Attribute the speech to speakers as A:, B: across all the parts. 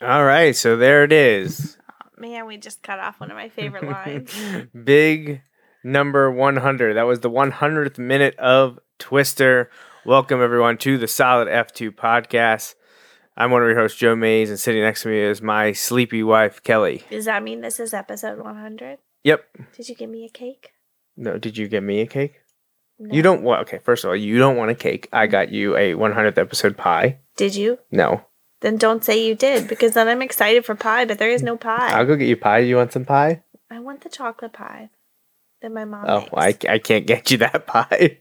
A: All right, so there it is.
B: Man, we just cut off one of my favorite lines.
A: Big number 100. That was the 100th minute of Twister. Welcome, everyone, to the Solid F2 podcast. I'm one of your hosts, Joe Mays, and sitting next to me is my sleepy wife, Kelly.
B: Does that mean this is episode 100?
A: Yep.
B: Did you give me a cake?
A: No, did you get me a cake? No. You don't want, okay, first of all, you don't want a cake. I got you a 100th episode pie.
B: Did you?
A: No.
B: Then don't say you did because then I'm excited for pie, but there is no pie.
A: I'll go get you pie. You want some pie?
B: I want the chocolate pie that my mom.
A: Oh, makes. I, I can't get you that pie.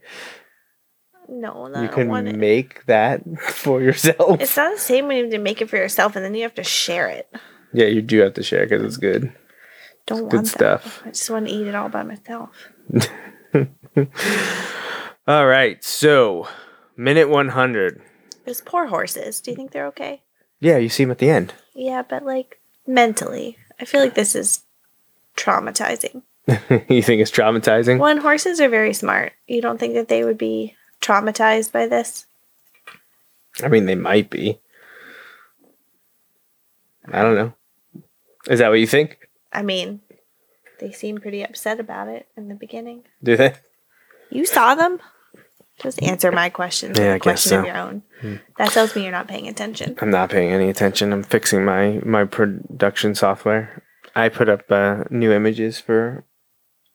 B: No,
A: you can make it. that for yourself.
B: It's not the same when you have to make it for yourself and then you have to share it.
A: Yeah, you do have to share because it it's good.
B: Don't
A: it's
B: good
A: that. stuff.
B: I just want to eat it all by myself.
A: all right, so minute one hundred.
B: Those poor horses. Do you think they're okay?
A: Yeah, you see him at the end.
B: Yeah, but like mentally, I feel like this is traumatizing.
A: you think it's traumatizing?
B: One, horses are very smart. You don't think that they would be traumatized by this?
A: I mean, they might be. I don't know. Is that what you think?
B: I mean, they seem pretty upset about it in the beginning.
A: Do they?
B: You saw them? Just answer my question.
A: Yeah, I
B: question
A: guess
B: of
A: so. Hmm.
B: your own. That tells me you're not paying attention.
A: I'm not paying any attention. I'm fixing my my production software. I put up uh, new images for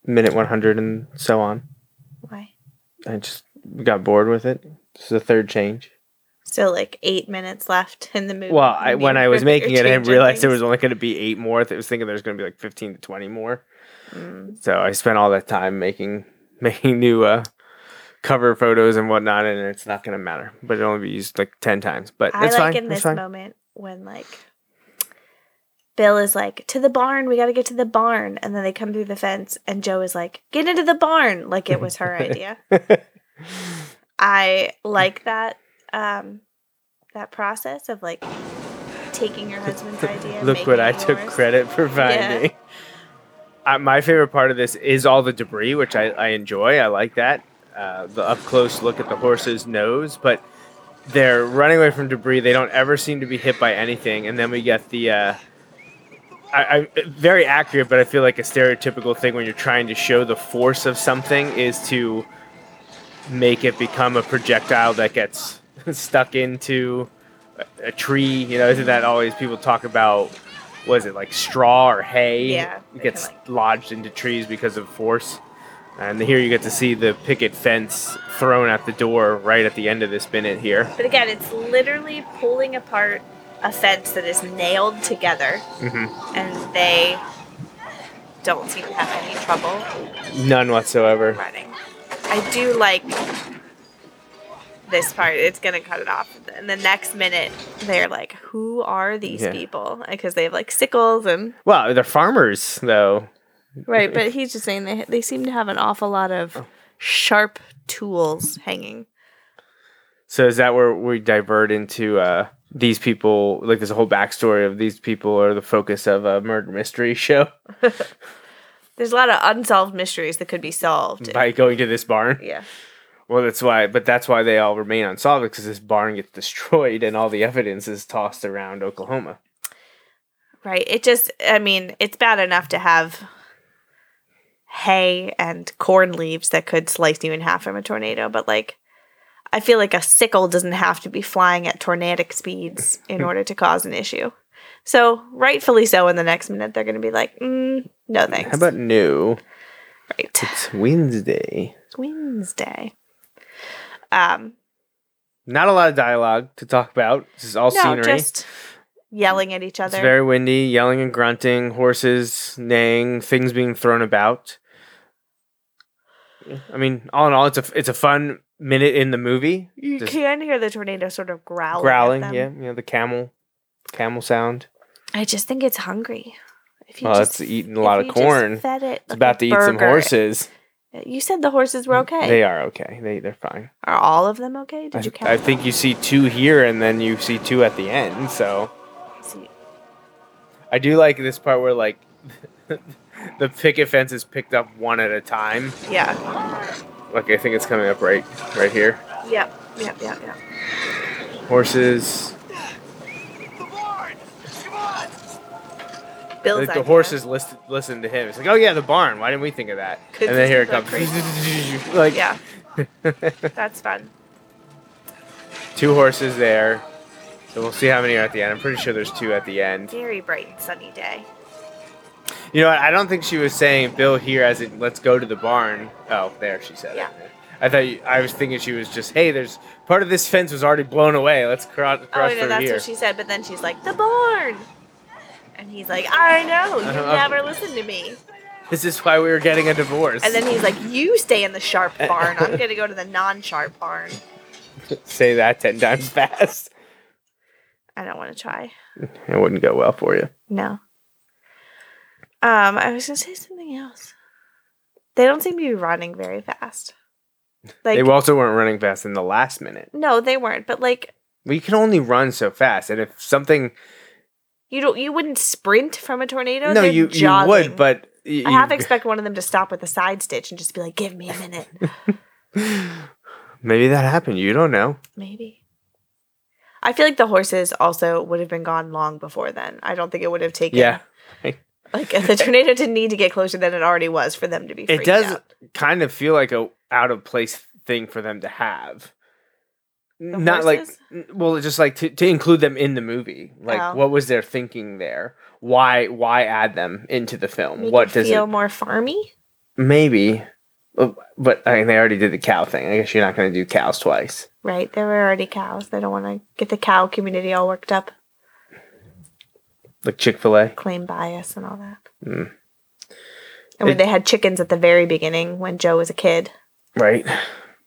A: minute 100 and so on.
B: Why?
A: I just got bored with it. This is the third change.
B: So like eight minutes left in the movie.
A: Well, I,
B: You
A: when I was
B: remember
A: making it, I
B: changing
A: realized there
B: things.
A: was only going to be eight more. I was thinking there's going to be like 15 to 20 more.
B: Mm.
A: So I spent all that time making making new uh, cover photos and whatnot, and it's not going to matter. But it only be used like 10 times. But
B: I
A: it's
B: like
A: fine.
B: in
A: it's
B: this
A: fine.
B: moment when like Bill is like to the barn. We got to get to the barn, and then they come through the fence, and Joe is like, "Get into the barn!" Like it was her idea. I like that um, that process of like taking your husband's idea.
A: Look what
B: making
A: I
B: it
A: took
B: yours.
A: credit for finding. Uh, my favorite part of this is all the debris, which I, I enjoy. I like that. Uh, the up close look at the horse's nose, but they're running away from debris. They don't ever seem to be hit by anything. And then we get the. Uh, I, I very accurate, but I feel like a stereotypical thing when you're trying to show the force of something is to make it become a projectile that gets stuck into a, a tree. You know, isn't that always people talk about? Was it like straw or hay?
B: Yeah, they
A: it gets
B: can, like-
A: lodged into trees because of force. And here you get to see the picket fence thrown at the door right at the end of this minute here.
B: But again, it's literally pulling apart a fence that is nailed together,
A: Mm-hmm.
B: and they don't seem to have any trouble
A: None whatsoever.
B: running. I do like this part. It's gonna cut it off, and the next minute they're like, "Who are these
A: Yeah.
B: people?" Because they have like sickles and
A: Well, they're farmers though.
B: right. But he's just saying they they seem to have an awful lot of sharp tools hanging.
A: So is that where we divert into uh, these people? Like there's a whole backstory of these people are the focus of a murder mystery show
B: There's a lot of unsolved mysteries that could be solved.
A: by going to this barn.
B: yeah.
A: Well, that's why, but that's why they all remain unsolved because this barn gets destroyed and all the evidence is tossed around Oklahoma.
B: Right. It just, I mean, it's bad enough to have hay and corn leaves that could slice you in half from a tornado, but like, I feel like a sickle doesn't have to be flying at tornadic speeds in order to cause an issue. So, rightfully so, in the next minute, they're going to be like, mm, no thanks.
A: How about new?
B: right.
A: It's Wednesday.
B: It's Wednesday. Um,
A: Not a lot of dialogue to talk about. This is all
B: no,
A: scenery.
B: just yelling at each other.
A: It's very windy, yelling and grunting, horses neighing, things being thrown about. I mean, all in all, it's a it's a fun minute in the movie.
B: you
A: just
B: can hear the tornado sort of growling. at
A: growling,
B: them.
A: yeah, you know the camel, camel sound.
B: I just think it's hungry. If
A: Well, it's eating a lot
B: if
A: of
B: you just
A: corn.
B: fed it
A: It's about to eat some horses. Mm,
B: You said the horses were okay.
A: They are okay. They they're fine.
B: Are all of them okay? Did
A: I,
B: you count?
A: I think you see two here, and then you see two at the end. So
B: See,
A: I do like this part where like the picket fence is picked up one at a time.
B: Yeah.
A: Like I think it's coming up right right here.
B: Yep. Yep. Yep. Yep.
A: Horses.
C: The barn! Come on!
B: Bill's
A: Like the
B: idea.
A: horses listen listen to him. It's like, oh yeah, the barn. Why didn't we think of that?
B: Could
A: and then
B: just
A: here
B: be
A: it comes. like
B: like- Yeah. That's fun.
A: two horses there. So we'll see how many are at the end. I'm pretty sure there's two at the end.
B: Very bright and sunny day.
A: You know what? I don't think she was saying Bill here as in let's go to the barn. Oh, there she said. it.
B: Yeah.
A: I thought you, I was thinking she was just hey, there's part of this fence was already blown away. Let's cross
B: Oh,
A: cross
B: I know
A: through
B: that's
A: here.
B: what she said, but then she's like, "The barn," and he's like, "I know you
A: Uh-huh.
B: never listen to me."
A: this is why we were getting a divorce.
B: And then he's like, "You stay in the sharp barn. I'm gonna go to the non-sharp barn.
A: say that ten times fast.
B: I don't want to try."
A: It wouldn't go well for you.
B: No. Um, I was gonna say something else. They don't seem to be running very fast. Like
A: they also weren't running fast in the last minute.
B: no, they weren't. But like
A: We can only run so fast, and if something
B: you don't, you wouldn't sprint from a tornado.
A: no,
B: They're
A: you you
B: jogging.
A: would, but y-
B: I half
A: you-
B: expect one of them to stop with a side stitch and just be like, "Give me a minute,
A: maybe that happened. You don't know.
B: maybe." I feel like the horses also would have been gone long before then. I don't think it would have taken.
A: Yeah,
B: like the tornado didn't need to get closer than it already was for them to be.
A: it
B: Freaked
A: does
B: out.
A: kind of feel like a out of place thing for them to have. Not
B: horses?
A: like n- well, just like to, to include them in the movie. Like,
B: Oh.
A: what was their thinking there? Why why add them into the film?
B: Make
A: what
B: it
A: does
B: feel
A: it
B: more farmy?
A: maybe? But- But I mean, they already did the cow thing. I guess you're not going to do cows twice.
B: Right, there were already cows. They don't want to get the cow community all worked up,
A: Like Chick Fil A.
B: claim bias and all that.
A: Mm.
B: I mean,
A: It-
B: they had chickens at the very beginning when Joe was a kid.
A: Right.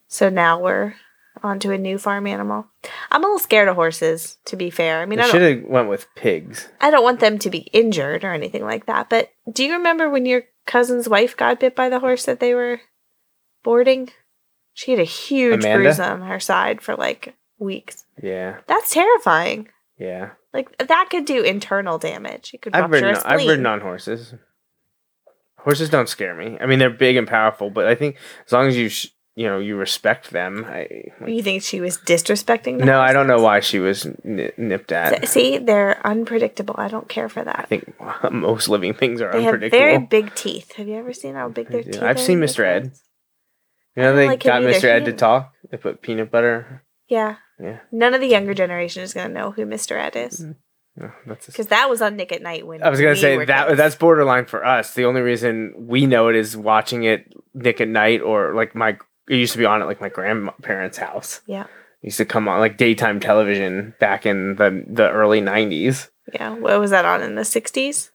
B: So now we're onto a new farm animal. I'm a little scared of horses, to be fair. I mean, I
A: should
B: don't,
A: have went with pigs.
B: I don't want them to be injured or anything like that. But do you remember when your cousin's wife got bit by the horse that they were boarding? She had a huge
A: Amanda?
B: bruise on her side for like weeks.
A: Yeah.
B: That's terrifying.
A: Yeah.
B: Like that could do internal damage. You could
A: I've
B: rupture
A: ridden
B: a spleen.
A: I've ridden on horses. Horses don't scare me. I mean, they're big and powerful, but I think as long as you sh- you know you respect them, I
B: You think she was disrespecting? the
A: no, I
B: horses?
A: don't know why she was ni nipped
B: S-
A: at.
B: See, they're unpredictable. I don't care for
A: I
B: that.
A: think most living things are
B: They have
A: unpredictable.
B: very big teeth. Have you ever seen how big their
A: do.
B: teeth?
A: I've
B: are
A: seen
B: in
A: Mr. Ed.
B: horses?
A: You know, they
B: like him
A: got
B: either.
A: Mr.
B: He
A: Ed to
B: didn't-
A: talk. They put peanut butter.
B: Yeah.
A: Yeah.
B: None of the younger generation is going to know who Mr. Ed is
A: No, oh, that's. A,
B: because that was on Nick at Night when
A: I was gonna
B: we
A: say
B: were
A: that
B: kids.
A: that's borderline for us. The only reason we know it is watching it Nick at Night or like my it used to be on at like my grandparents' house.
B: Yeah.
A: It used to come on like daytime television back in the the early '90s.
B: yeah. What was that on in the '60s?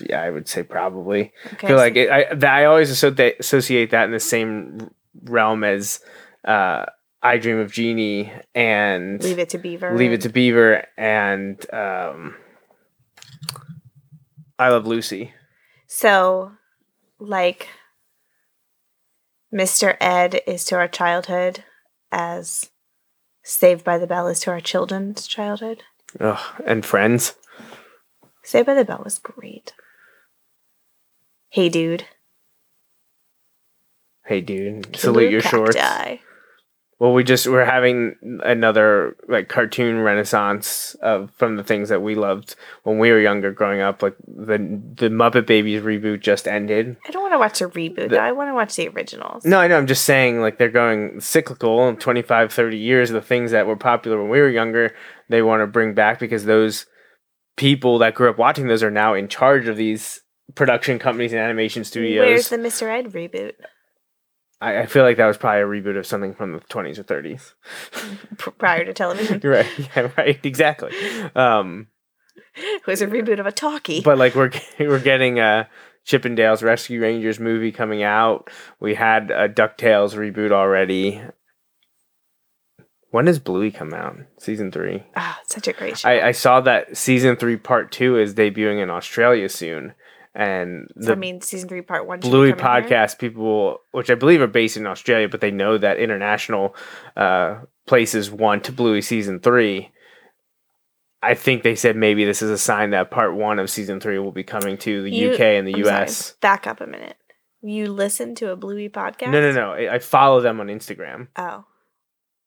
A: Yeah, I would say probably. I
B: Okay,
A: feel
B: so-
A: like it, I that I always associate associate that in the same realm as uh, I Dream of Genie and
B: Leave It to Beaver.
A: Leave It
B: and-
A: to Beaver and um, I Love Lucy.
B: So, like, Mr. Ed is to our childhood as Saved by the Bell is to our children's childhood.
A: Ugh, and Friends.
B: Saved by the Bell was great. Hey, dude.
A: Hey, dude, salute your shorts.
B: Cacti.
A: Well, we just we're having another like cartoon renaissance of from the things that we loved when we were younger growing up. Like the the Muppet Babies reboot just ended.
B: I don't want to watch a reboot.
A: The-
B: though. I want to watch the originals.
A: No, I know. I'm just saying, like, they're going cyclical in 25, 30 years. The things that were popular when we were younger, they want to bring back because those people that grew up watching those are now in charge of these production companies and animation
B: Where's
A: studios.
B: the Mr. Ed reboot?
A: I, I feel like that was probably a reboot of something from the 20s or 30s.
B: P- prior to television,
A: You're right. Yeah, right. Exactly. Um,
B: it was a reboot of a talkie.
A: but like we're we're getting a Chippendales Rescue Rangers movie coming out. We had a Ducktales reboot already. When does Bluey come out? Season three.
B: Ah, it's such a great show.
A: I, I saw that season three part two is debuting in Australia soon, and
B: So,
A: the
B: I mean, season three, part one. should be
A: Bluey
B: coming here.
A: podcast people, which I believe are based in Australia, but they know that international uh, places want Bluey season three. I think they said maybe this is a sign that part one of season three will be coming to the
B: You-
A: UK and the
B: I'm sorry,
A: US.
B: Back up a minute. You listen to a Bluey podcast?
A: No, no, no. I I follow them on Instagram.
B: Oh,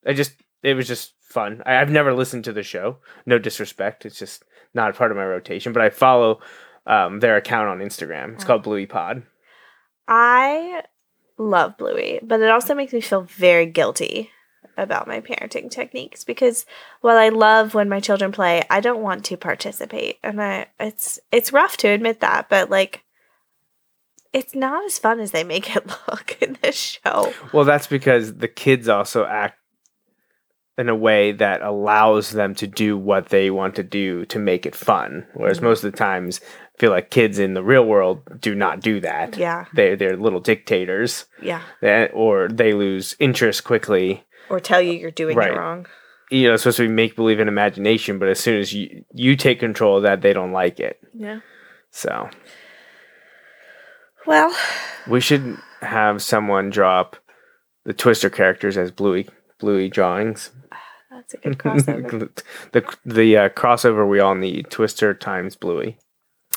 A: I just, it was just fun. I, I've never listened to the show. No disrespect. It's just not a part of my rotation, but I follow um, their account on Instagram.
B: Oh.
A: It's called Bluey Pod.
B: I love Bluey, but it also makes me feel very guilty about my parenting techniques because while I love when my children play, I don't want to participate, and I it's it's rough to admit that, but like. It's not as fun as they make it look in this show.
A: Well, that's because the kids also act in a way that allows them to do what they want to do to make it fun. Whereas most of the times, I feel like kids in the real world do not do that.
B: Yeah,
A: They they're little dictators,
B: yeah.
A: that- or they lose interest quickly.
B: Or tell you you're doing
A: Right.
B: it wrong.
A: You know, it's supposed to be make believe and imagination, but as soon as you you take control of that, they don't like it.
B: Yeah.
A: So
B: Well,
A: we should have someone draw up the Twister characters as Bluey Bluey drawings.
B: that's a good crossover.
A: the the uh, crossover we all need twister times bluey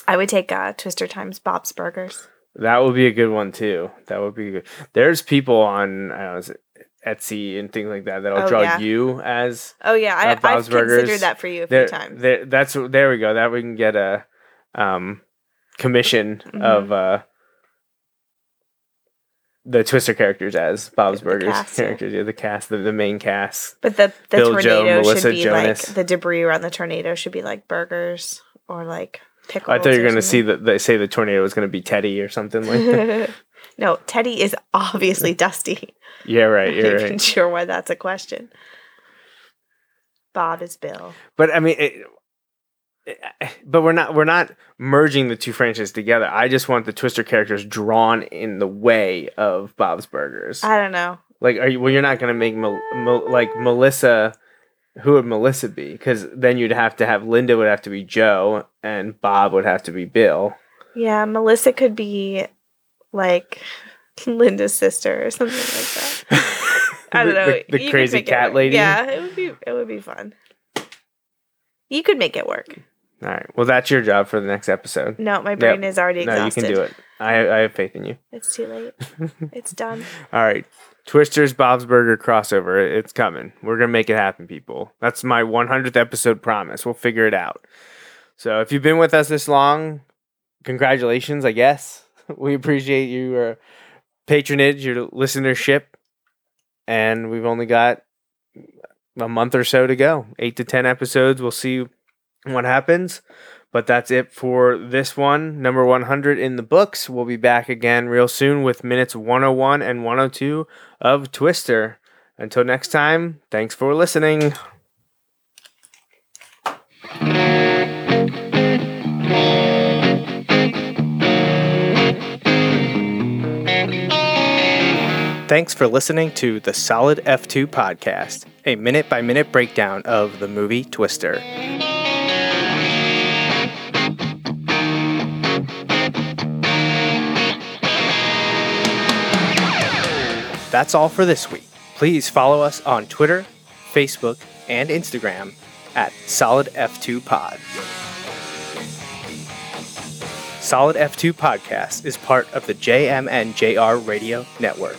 B: I would take uh, Twister Times Bob's Burgers.
A: that would be a good one too that would be good there's people on I don't know, is it etsy and things like that that'll
B: Oh,
A: draw
B: yeah.
A: you as
B: Oh yeah, I,
A: Uh, Bob's
B: I've
A: Burgers.
B: considered that for you a few
A: there,
B: times.
A: there that's there we go that we can get a um commission
B: Mm-hmm.
A: of uh the twister characters as bob's
B: The
A: burgers
B: cast, yeah.
A: characters yeah the cast the, the main cast
B: but the the
A: Bill, Joe,
B: tornado
A: Melissa
B: should be
A: Jonas.
B: like the debris around the tornado should be like burgers or like pickles.
A: i thought you were
B: or
A: going to see
B: something.
A: that they say the tornado was going to be teddy or something like that
B: no, Teddy is obviously Dusty.
A: yeah right
B: I'm
A: you're
B: not
A: right
B: even sure why that's a question. Bob is Bill.
A: but I mean, it, it- eh, but we're not we're not merging the two franchises together. I just want the Twister characters drawn in the way of Bob's Burgers.
B: I don't know.
A: like, are you? Well, you're not gonna make Mel, Mel, like Melissa. Who would Melissa be? Because then you'd have to have Linda would have to be Joe, and Bob would have to be Bill.
B: Yeah, Melissa could be like Linda's sister or something like that. I
A: The-
B: don't know.
A: the- the
B: You could
A: crazy
B: make it
A: cat
B: work.
A: lady?
B: Yeah, it would be it would be fun. You could make it work.
A: All right. Well, that's your job for the next episode.
B: No, my brain is already
A: No, you
B: exhausted.
A: can do it. I I have faith in you.
B: It's too late. it's done.
A: All right. Twister's Bob's Burger crossover. It's coming. We're going to make it happen, people. That's my 100th episode promise. We'll figure it out. So if you've been with us this long, congratulations, I guess. We appreciate your patronage, your uh, listenership. and we've only got a month or so to go. Eight to ten episodes. We'll see what happens. But that's it for this one, number 100 in the books. We'll be back again real soon with minutes 101 and 102 of Twister. Until next time, thanks for listening. Thanks for listening to the Solid F2 podcast, a minute by minute breakdown of the movie Twister. That's all for this week. Please follow us on Twitter, Facebook, and Instagram at Solid F2 Pod. Solid F2 Podcast is part of the JMNJR Radio Network.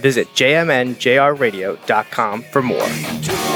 A: Visit jmnjrradio.com for more.